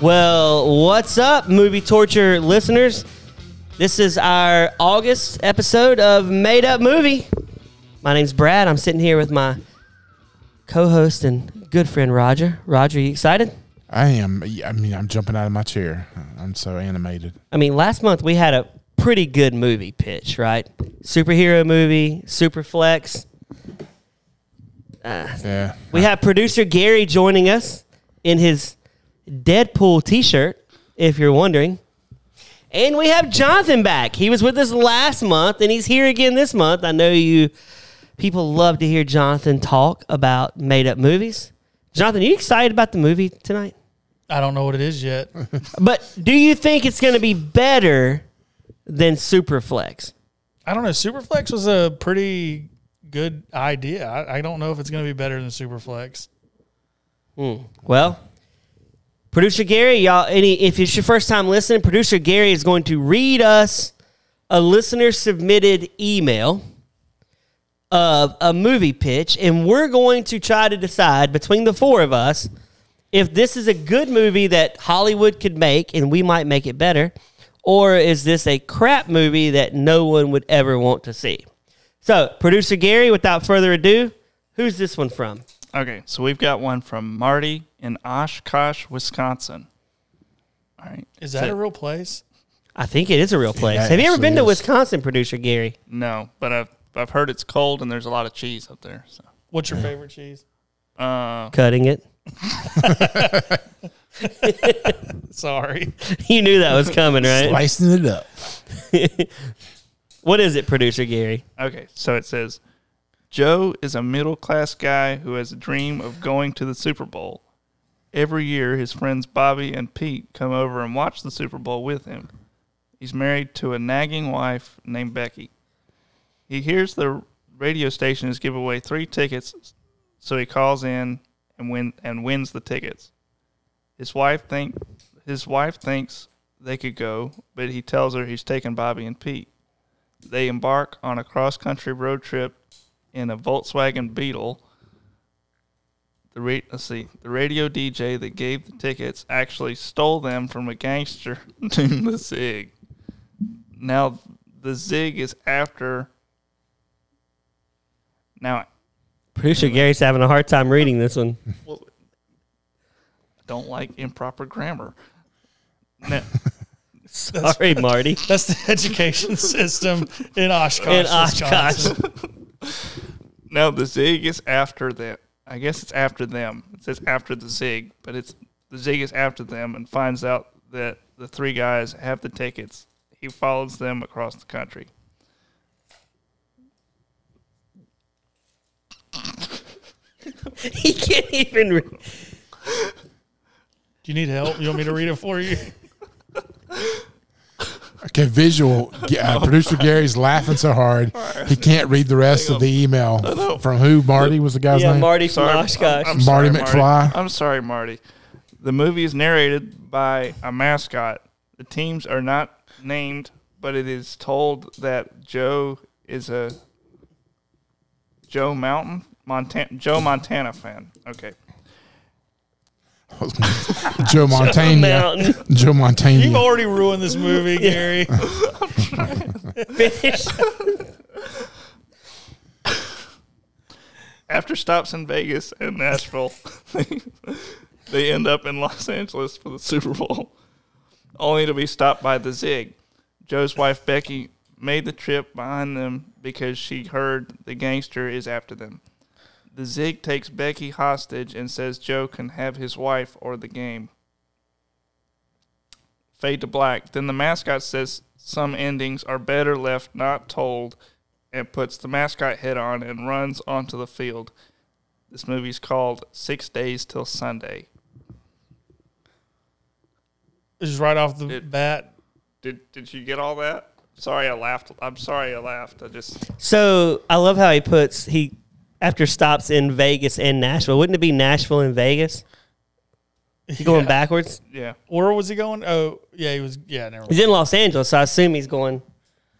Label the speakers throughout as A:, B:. A: Well, what's up, movie torture listeners? This is our August episode of Made Up Movie. My name's Brad. I'm sitting here with my co-host and good friend Roger. Roger, you excited?
B: I am. I mean, I'm jumping out of my chair. I'm so animated.
A: I mean, last month we had a pretty good movie pitch, right? Superhero movie, super flex.
B: Yeah.
A: We have producer Gary joining us in his Deadpool t shirt, if you're wondering. And we have Jonathan back. He was with us last month and he's here again this month. I know you people love to hear Jonathan talk about made up movies. Jonathan, are you excited about the movie tonight?
C: I don't know what it is yet.
A: But do you think it's going to be better than Superflex?
C: I don't know. Superflex was a pretty good idea. I, I don't know if it's going to be better than Superflex.
A: Well, producer Gary, y'all, any if it's your first time listening, producer Gary is going to read us a listener submitted email of a movie pitch, and we're going to try to decide between the four of us if this is a good movie that Hollywood could make and we might make it better, or is this a crap movie that no one would ever want to see. So, producer Gary, without further ado, who's this one from?
D: Okay, so we've got one from Marty in Oshkosh, Wisconsin. All right.
C: Is that
D: So-
C: a real place?
A: I think it is a real place.
B: Yeah, it
A: Have you ever
B: actually
A: been to
B: is.
A: Wisconsin, producer Gary?
D: No, but I've I've heard it's cold and there's a lot of cheese up there. So
C: What's your favorite cheese?
D: uh,
A: Cutting it.
C: Sorry.
A: You knew that was coming, right?
B: Slicing it up.
A: what is it, producer Gary?
D: okay, so it says Joe is a middle class guy who has a dream of going to the Super Bowl. Every year his friends Bobby and Pete come over and watch the Super Bowl with him. He's married to a nagging wife named Becky. He hears the radio station is giving away three tickets, so he calls in and win and wins the tickets. His wife think his wife thinks they could go, but he tells her he's taking Bobby and Pete. They embark on a cross country road trip in a Volkswagen Beetle. The ra- let's see, the radio DJ that gave the tickets actually stole them from a gangster named the Zig. Now the Zig is after. Now
A: Producer Gary's having a hard time reading this one.
D: well, don't like improper grammar. No,
A: Sorry, Marty.
C: That's the education system in Oshkosh.
A: In Oshkosh.
C: Wisconsin.
D: no, the zig is after that. I guess it's after them. It says after the zig, but it's the zig is after them and finds out that the three guys have the tickets. He follows them across the country.
A: he can't even read.
C: Do you need help? You want me to read it for you?
B: Okay, visual. G- Uh, producer Gary's laughing so hard he can't read the rest of the email from who Marty was the guy's
A: Yeah,
B: name.
A: Marty from
D: Sorry, I'm-
A: Oshkosh.
D: I'm
B: Marty
D: sorry,
B: McFly.
D: I'm sorry, Marty. The movie is narrated by a mascot. The teams are not named, but it is told that Joe is a Joe Mountain Montana Joe Montana fan. Okay.
B: Joe Montana.
A: Mountain.
B: Joe
C: You've
B: Montana.
C: already ruined this movie, Gary.
A: Finish.
D: After stops in Vegas and Nashville, they end up in Los Angeles for the Super Bowl, only to be stopped by the Zig. Joe's wife Becky made the trip behind them because she heard the gangster is after them. The Zig takes Becky hostage and says Joe can have his wife or the game. Fade to black. Then the mascot says some endings are better left not told and puts the mascot head on and runs onto the field. This movie's called Six Days Till Sunday.
C: Just right off the
D: It-
C: bat.
D: Did did you get all that? Sorry I laughed. I'm sorry I laughed. I just
A: so I love how he puts he after stops in Vegas and Nashville. Wouldn't it be Nashville and Vegas? He going
C: Yeah.
A: backwards.
D: yeah.
C: Where was he going? Oh, yeah, he was. Yeah, never mind.
A: He's in Los Angeles, so I assume he's going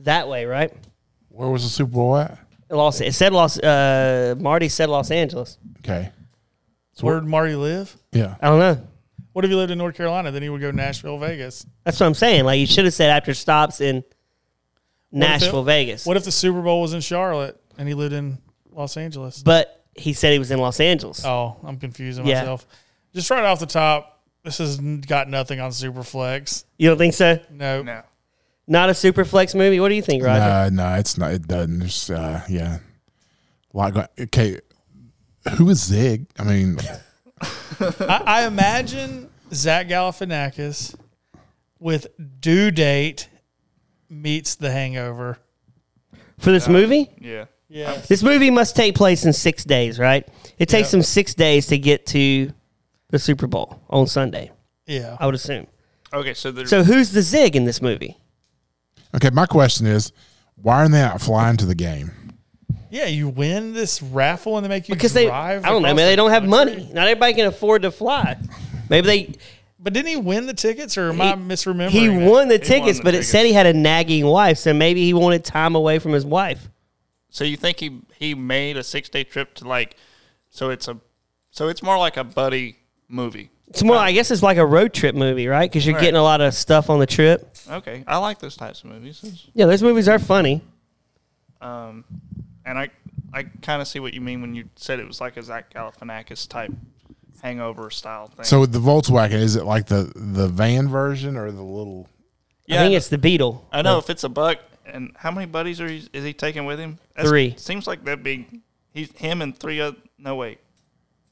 A: that way, right?
B: Where was the Super Bowl at?
A: Los. It said Los. Uh, Marty said Los Angeles.
B: Okay.
C: Where did Marty live?
B: Yeah.
A: I don't know.
C: What if he lived in North Carolina? Then he would go Nashville, Vegas.
A: That's what I'm saying. Like you should have said after stops in
C: What if it-
A: Nashville, Vegas.
C: What if the Super Bowl was in Charlotte and he lived in Los Angeles?
A: but he said he was in Los Angeles.
C: Oh, I'm confusing
A: Yeah.
C: myself. Just right off the top, this has n- got nothing on Superflex.
A: You don't think so?
C: No,
D: No.
A: Not a super flex movie. What do you think, Roger?
B: Uh, no, it's not. It doesn't. There's, uh, yeah. A lot going. Okay. Who is Zig? I mean,
C: I, I imagine Zach Galifianakis with due date meets The Hangover.
A: For this movie,
D: Yeah.
C: Yeah,
A: this movie must take place in six days, right? It takes them six days to get to the Super Bowl on Sunday.
C: yeah.
A: I would assume.
D: Okay, so there's
A: So who's the zig in this movie?
B: okay. My question is, why aren't they out flying to the game?
C: Yeah, you win this raffle and they make you
A: Because they, I
C: drive
A: don't know,
C: across
A: man.
C: the
A: They don't have
C: country.
A: money. Not everybody can afford to fly. Maybe they.
C: But didn't he win the tickets, or am I misremembering?
A: He
C: it?
A: won the
D: the
A: tickets, but
D: tickets.
A: it said he had a nagging wife, so maybe he wanted time away from his wife.
D: so you think he he made a six day trip to like so it's a so it's more like a buddy movie.
A: It's more. I guess it's like a road trip movie, right? Because you're
D: Right.
A: getting a lot of stuff on the trip.
D: Okay. I like those types of movies. It's-
A: Yeah, those movies are funny.
D: Um and I I kind of see what you mean when you said it was like a Zach Galifianakis type hangover style thing.
B: So the Volkswagen is it like the the van version or the little?
D: yeah,
A: I think it's the Beetle.
D: I know if it's a buck and how many buddies are he, is he taking with him? That's,
A: Three.
D: Seems like that big. He's him and three other. No wait,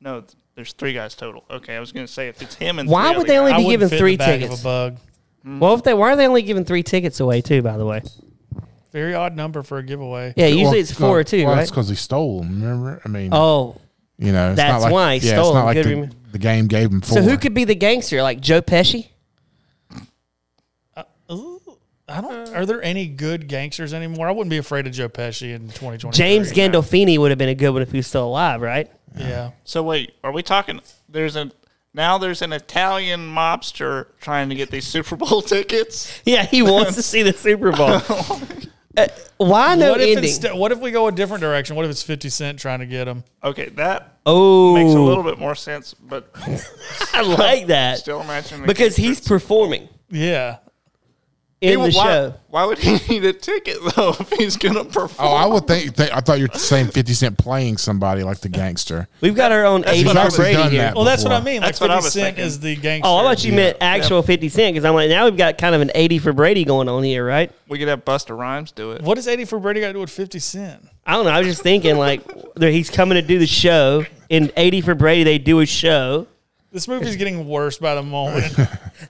D: no. th- There's three guys total. Okay, I was gonna say if it's him and
A: Why
D: three
A: would
D: other
A: they only
C: I
A: be giving
C: wouldn't fit in
A: three
C: the back Of
A: tickets?
C: a bug.
A: Well, if they why are they only giving three tickets away too? By the way,
C: Very odd number for a giveaway.
A: yeah, usually
B: Well,
A: it's four or two,
B: well,
A: right?
B: That's because he stole them. Remember? I mean,
A: Oh,
B: you know, it's
A: that's
B: not like,
A: why he
B: yeah,
A: stole
B: It's not
A: 'em.
B: like
A: Good
B: the,
A: remem-
B: the game gave him four.
A: so who could be the gangster? Like Joe Pesci?
C: Ooh, I don't. Are there any good gangsters anymore? I wouldn't be afraid of Joe Pesci in 2020.
A: James Gandolfini would have been a good one if he was still alive, right?
C: Yeah.
D: So wait, are we talking? There's a now there's an Italian mobster trying to get these Super Bowl tickets.
A: Yeah, he wants to see the Super Bowl.
D: Oh.
A: Uh, why no
C: What if,
A: ending?
C: instead, what if we go a different direction? What if it's 50 Cent trying to get him?
D: Okay, that
A: oh,
D: makes a little bit more sense, but
A: I like that
D: still imagine
A: because he's performing
C: Yeah.
A: in the
D: why,
A: show.
D: Why would he need a ticket though if he's gonna perform?
B: Oh, I would think. They, I thought you were saying Fifty Cent playing somebody like the gangster.
A: We've got our own
D: what
A: eighty
B: He's
A: for
D: Tom
B: actually
A: Brady
B: done
A: here.
B: that.
C: Well, that's what I
B: before.
C: mean. Like
D: That's what I
C: 50
D: was
C: Cent
D: thinking.
C: is the gangster.
A: Oh, I thought you meant actual 50 Cent because I'm like, now we've got kind of an 80 for Brady going on here, right?
D: we could have Busta Rhymes do it.
C: What does 80 for Brady got to do with 50 Cent?
A: I don't know. I was just thinking, like, that he's coming to do the show. In 80 for Brady, they do a show.
C: This movie's getting worse by the moment.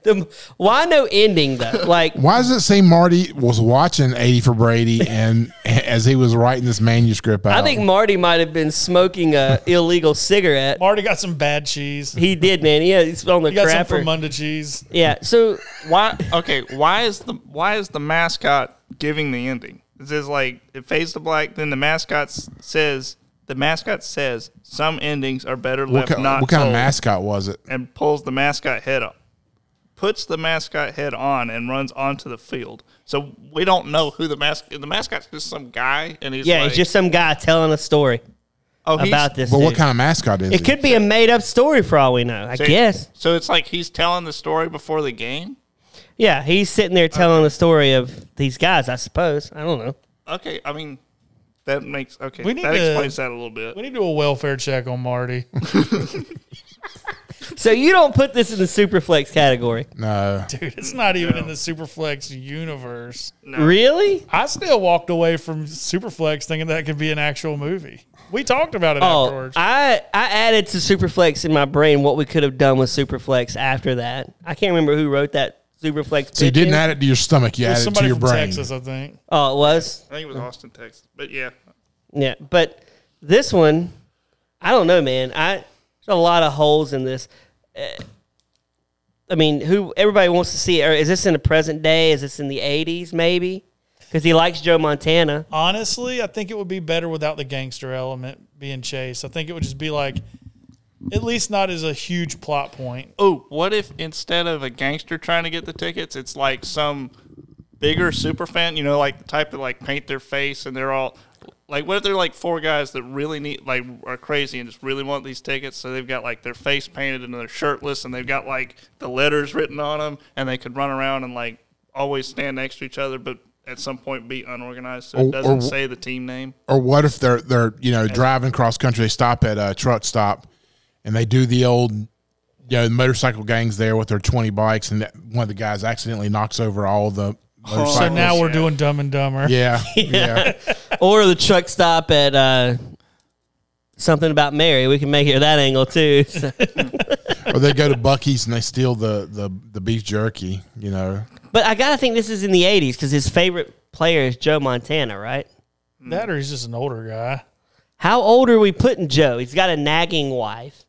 A: The, why no ending, though? Like,
B: Why does it say Marty was watching 80 for Brady and as he was writing this manuscript out?
A: I think Marty might have been smoking a illegal cigarette.
C: Marty got some bad cheese. He
A: He did, man. Yeah, he's on the
C: got some
A: crapper.
C: Vermunda cheese.
A: yeah, so why?
D: Okay, why is the why is the mascot giving the ending? This is like it fades to black. Then the mascot s- says the mascot says some endings are better
B: what,
D: left
B: ki-
D: not
B: what kind of
D: told,"
B: mascot was it?
D: and pulls the mascot head up, puts the mascot head on, and runs onto the field. So we don't know who the mascot. The mascot's just some guy, and he's
A: Yeah,
D: like,
A: it's just some guy telling a story
D: oh, he's-
A: about this.
B: But what
A: dude.
B: kind of mascot is
A: It
B: it?
A: could be a made up story for all we know, I
D: so-
A: guess.
D: So it's like he's telling the story before the game.
A: Yeah, he's sitting there telling the story of these guys, I suppose. I don't know.
D: Okay, I mean that makes okay.
C: We need
D: that
C: to-
D: explains that a little bit.
C: We need to do a welfare check on Marty.
A: So you don't put this in the superflex category,
B: no.
C: Dude, it's not even in the Superflex universe.
A: really?
C: I still walked away from Superflex thinking that could be an actual movie. We talked about it
A: Oh,
C: afterwards.
A: I I added to superflex in my brain what we could have done with superflex after that. I can't remember who wrote that superflex.
B: So you
A: pitch
B: didn't
A: in.
B: add it to your stomach. You
C: It was
B: added it to
C: somebody
B: your
C: from
B: brain.
C: Texas, I think.
A: Oh, it was.
D: I think it was Austin, Texas, but yeah.
A: Yeah, but this one, I don't know, man. I there's a lot of holes in this. Uh, I mean, who everybody wants to see? Or is this in the present day? Is this in the '80s? Maybe because he likes Joe Montana.
C: Honestly, I think it would be better without the gangster element being chased. I think it would just be like, at least not as a huge plot point.
D: Oh, what if instead of a gangster trying to get the tickets, it's like some bigger super fan, you know, like the type that like paint their face and they're all Like, what if they're like four guys that really need, like, are crazy and just really want these tickets? So they've got like their face painted and they're shirtless and they've got like the letters written on them and they could run around and like always stand next to each other, but at some point be unorganized so
B: Or-
D: it
B: Oh, or
D: doesn't
B: wh-
D: say the team name.
B: Or what if they're they're you know driving cross country? They stop at a truck stop, and they do the old, you know, motorcycle gangs there with their twenty bikes, and that one of the guys accidentally knocks over all the. Motorcycles.
C: Oh, So now we're
D: yeah.
C: doing Dumb and Dumber.
B: yeah, yeah,
A: or the truck stop at uh, something about Mary. We can make it that angle too. So-
B: or they go to Bucky's and they steal the the the beef jerky. You know,
A: but I gotta think this is in the '80s because his favorite player is Joe Montana, right?
C: That or he's just an older guy.
A: How old are we putting Joe? He's got a nagging wife.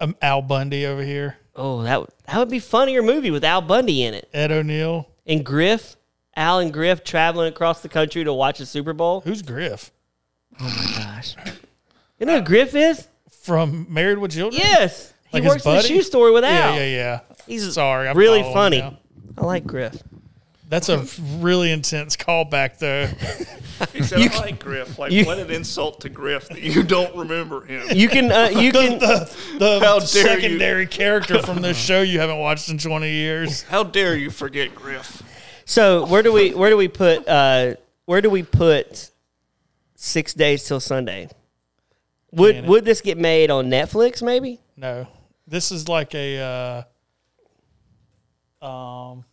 C: Um, Al Bundy over here.
A: Oh, that would that would be a funnier movie with Al Bundy in it
C: Ed O'Neill.
A: and Griff. Al and Griff traveling across the country to watch the Super Bowl.
C: Who's Griff? Oh,
A: Gosh, you know who Griff is?
C: From Married with Children?
A: Yes, he
C: Like his
A: works in the
C: buddy?
A: shoe store with Al.
C: Yeah, yeah, yeah. Oh,
A: He's
C: Sorry, I'm
A: really
C: following
A: funny.
C: now.
A: I like Griff.
C: That's a really intense callback, though.
D: He said, I like Griff. Like,
A: you-
D: what an insult to Griff that you don't remember him.
A: You can uh, you can
C: The
D: How dare you.
C: secondary character from this show you haven't watched in 20 years.
D: How dare you forget Griff?
A: So where do we where do we put uh, where do we put six days till Sunday? Would
C: Man, it-
A: would this get made on Netflix? Maybe
C: No, this is like a. Uh, um,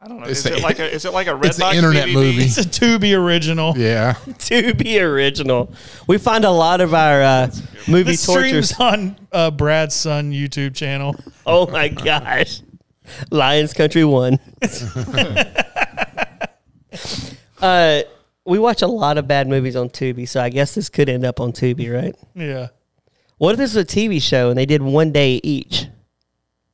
D: I don't know.
B: It's
D: is
B: the-
D: it like a is it like a Redbox
B: it's an internet
D: DVD?
B: movie.
C: it's a Tubi original.
B: Yeah,
A: to be original, we find a lot of our uh, movie
C: This
A: tortures.
C: streams on uh, Brad's son YouTube channel.
A: Oh my gosh, Lions Country One. uh, we watch a lot of bad movies on Tubi, so I guess this could end up on Tubi, right?
C: Yeah.
A: What if this was a TV show and they did one day each,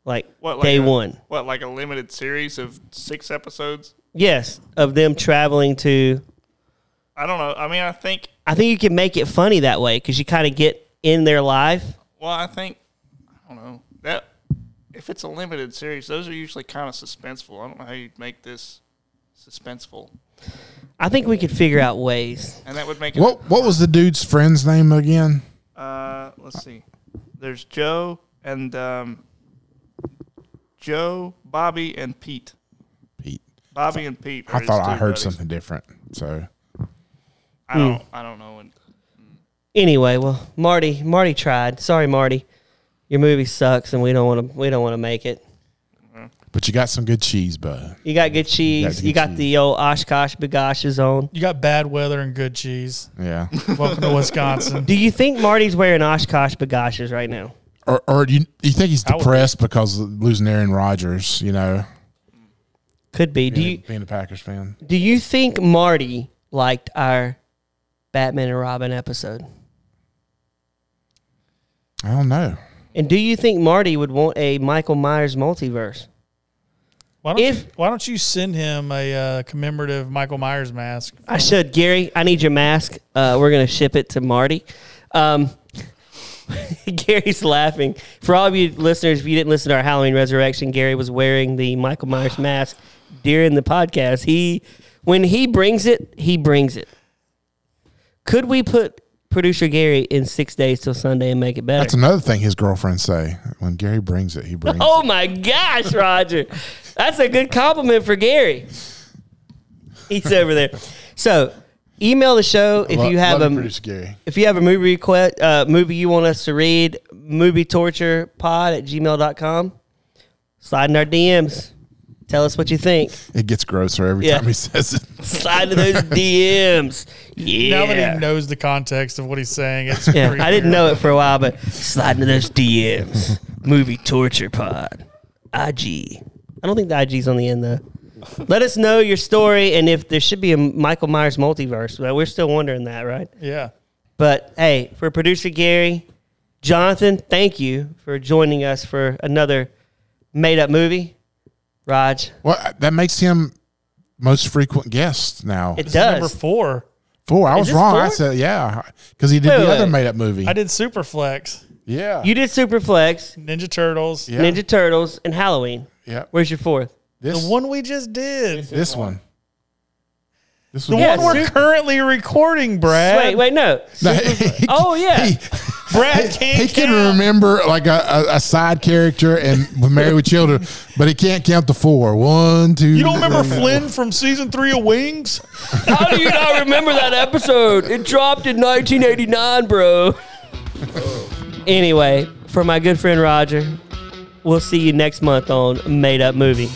A: like,
D: What, like
A: day
D: a-
A: one?
D: What, like a limited series of six episodes?
A: Yes, of them traveling to.
D: I don't know. I mean, I think.
A: I think you can make it funny that way because you kind of get in their life.
D: Well, I think. I don't know that if it's a limited series, those are usually kind of suspenseful. I don't know how you'd make this suspenseful,
A: I think we could figure out ways.
D: and that would make it.
B: what what was the dude's friend's name again?
D: Uh, let's see. There's Joe and um, Joe, Bobby, and Pete.
B: Pete.
D: Bobby and Pete. are
B: I
D: his
B: thought I
D: two
B: heard
D: buddies.
B: something different. So
D: I don't.
A: Hmm.
D: I don't know. When,
A: Anyway, well, Marty, Marty tried. Sorry, Marty, your movie sucks, and we don't want to. We don't want to make it.
B: But you got some good cheese, bud.
A: You got good
B: Got
A: cheese.
B: good
A: You got
B: cheese.
A: the old Oshkosh Bagoshes on.
C: You got bad weather and good cheese.
B: Yeah.
C: Welcome to Wisconsin.
A: Do you think Marty's wearing Oshkosh Bagoshes right now?
B: or or do you, do you think he's
C: would-
B: depressed because of losing Aaron Rodgers? You know,
A: Could be. Do
B: being,
A: you
B: being a Packers fan.
A: do you think Marty liked our Batman and Robin episode?
B: I don't know.
A: And do you think Marty would want a Michael Myers multiverse?
C: Why don't,
A: If-
C: you, why don't you send him a uh, commemorative Michael Myers mask?
A: I should, Gary. I need your mask. Uh, we're gonna ship it to Marty. Um, Gary's laughing. For all of you listeners, if you didn't listen to our Halloween Resurrection, Gary was wearing the Michael Myers mask during the podcast. He, when he brings it, he brings it. Could we put producer Gary in six days till Sunday and make it better?
B: That's another thing his girlfriends say. When Gary brings it, he brings. it.
A: Oh my gosh, Roger. That's a good compliment for Gary. He's over there. So, email the show if
B: Lo-
A: you have
B: love
A: a
B: producer Gary.
A: if you have a movie request, uh, movie you want us to read, movie torture pod at gmail.com. Slide in our DMs. Tell us what you think.
B: It gets grosser every
A: Yeah.
B: time he says it.
A: Slide to those DMs. Yeah.
C: Now that he knows the context of what he's saying, it's
A: Yeah,
C: pretty
A: I didn't
C: weird.
A: know it for a while, but slide into those DMs. Movie torture pod. IG. I don't think the IG's on the end though. Let us know your story and if there should be a Michael Myers multiverse. Well, we're still wondering that, right?
C: Yeah.
A: But hey, for producer Gary, Jonathan, thank you for joining us for another made up movie. Raj,
B: Well, that makes him most frequent guest now.
A: it
C: This is number
A: does.
C: four.
B: four. I
A: is
B: was
A: this
B: wrong. I
A: four?
B: said yeah because he did
A: Wait,
B: the
A: wait,
B: other
A: wait.
B: made up movie.
C: I did Superflex,
B: Yeah.
A: You did Superflex,
C: Ninja Turtles,
B: yeah.
A: Ninja Turtles, and Halloween.
B: Yeah.
A: Where's your fourth?
B: This
C: the one we just did.
B: This one. This
C: The
B: was
A: Yeah,
C: one we're
A: Sup-
C: currently recording, Brad.
A: Wait, wait, no.
B: No, he-
A: Oh, yeah.
B: he-
C: Brad can't
B: he can
C: count.
B: remember like a, a, a side character and with Married with Children, but he can't count the four. One, two.
C: You don't remember
B: three.
C: Flynn from season three of Wings?
A: How do you not remember that episode? It dropped in 1989, bro. anyway, for my good friend Roger, we'll see you next month on Made Up Movie.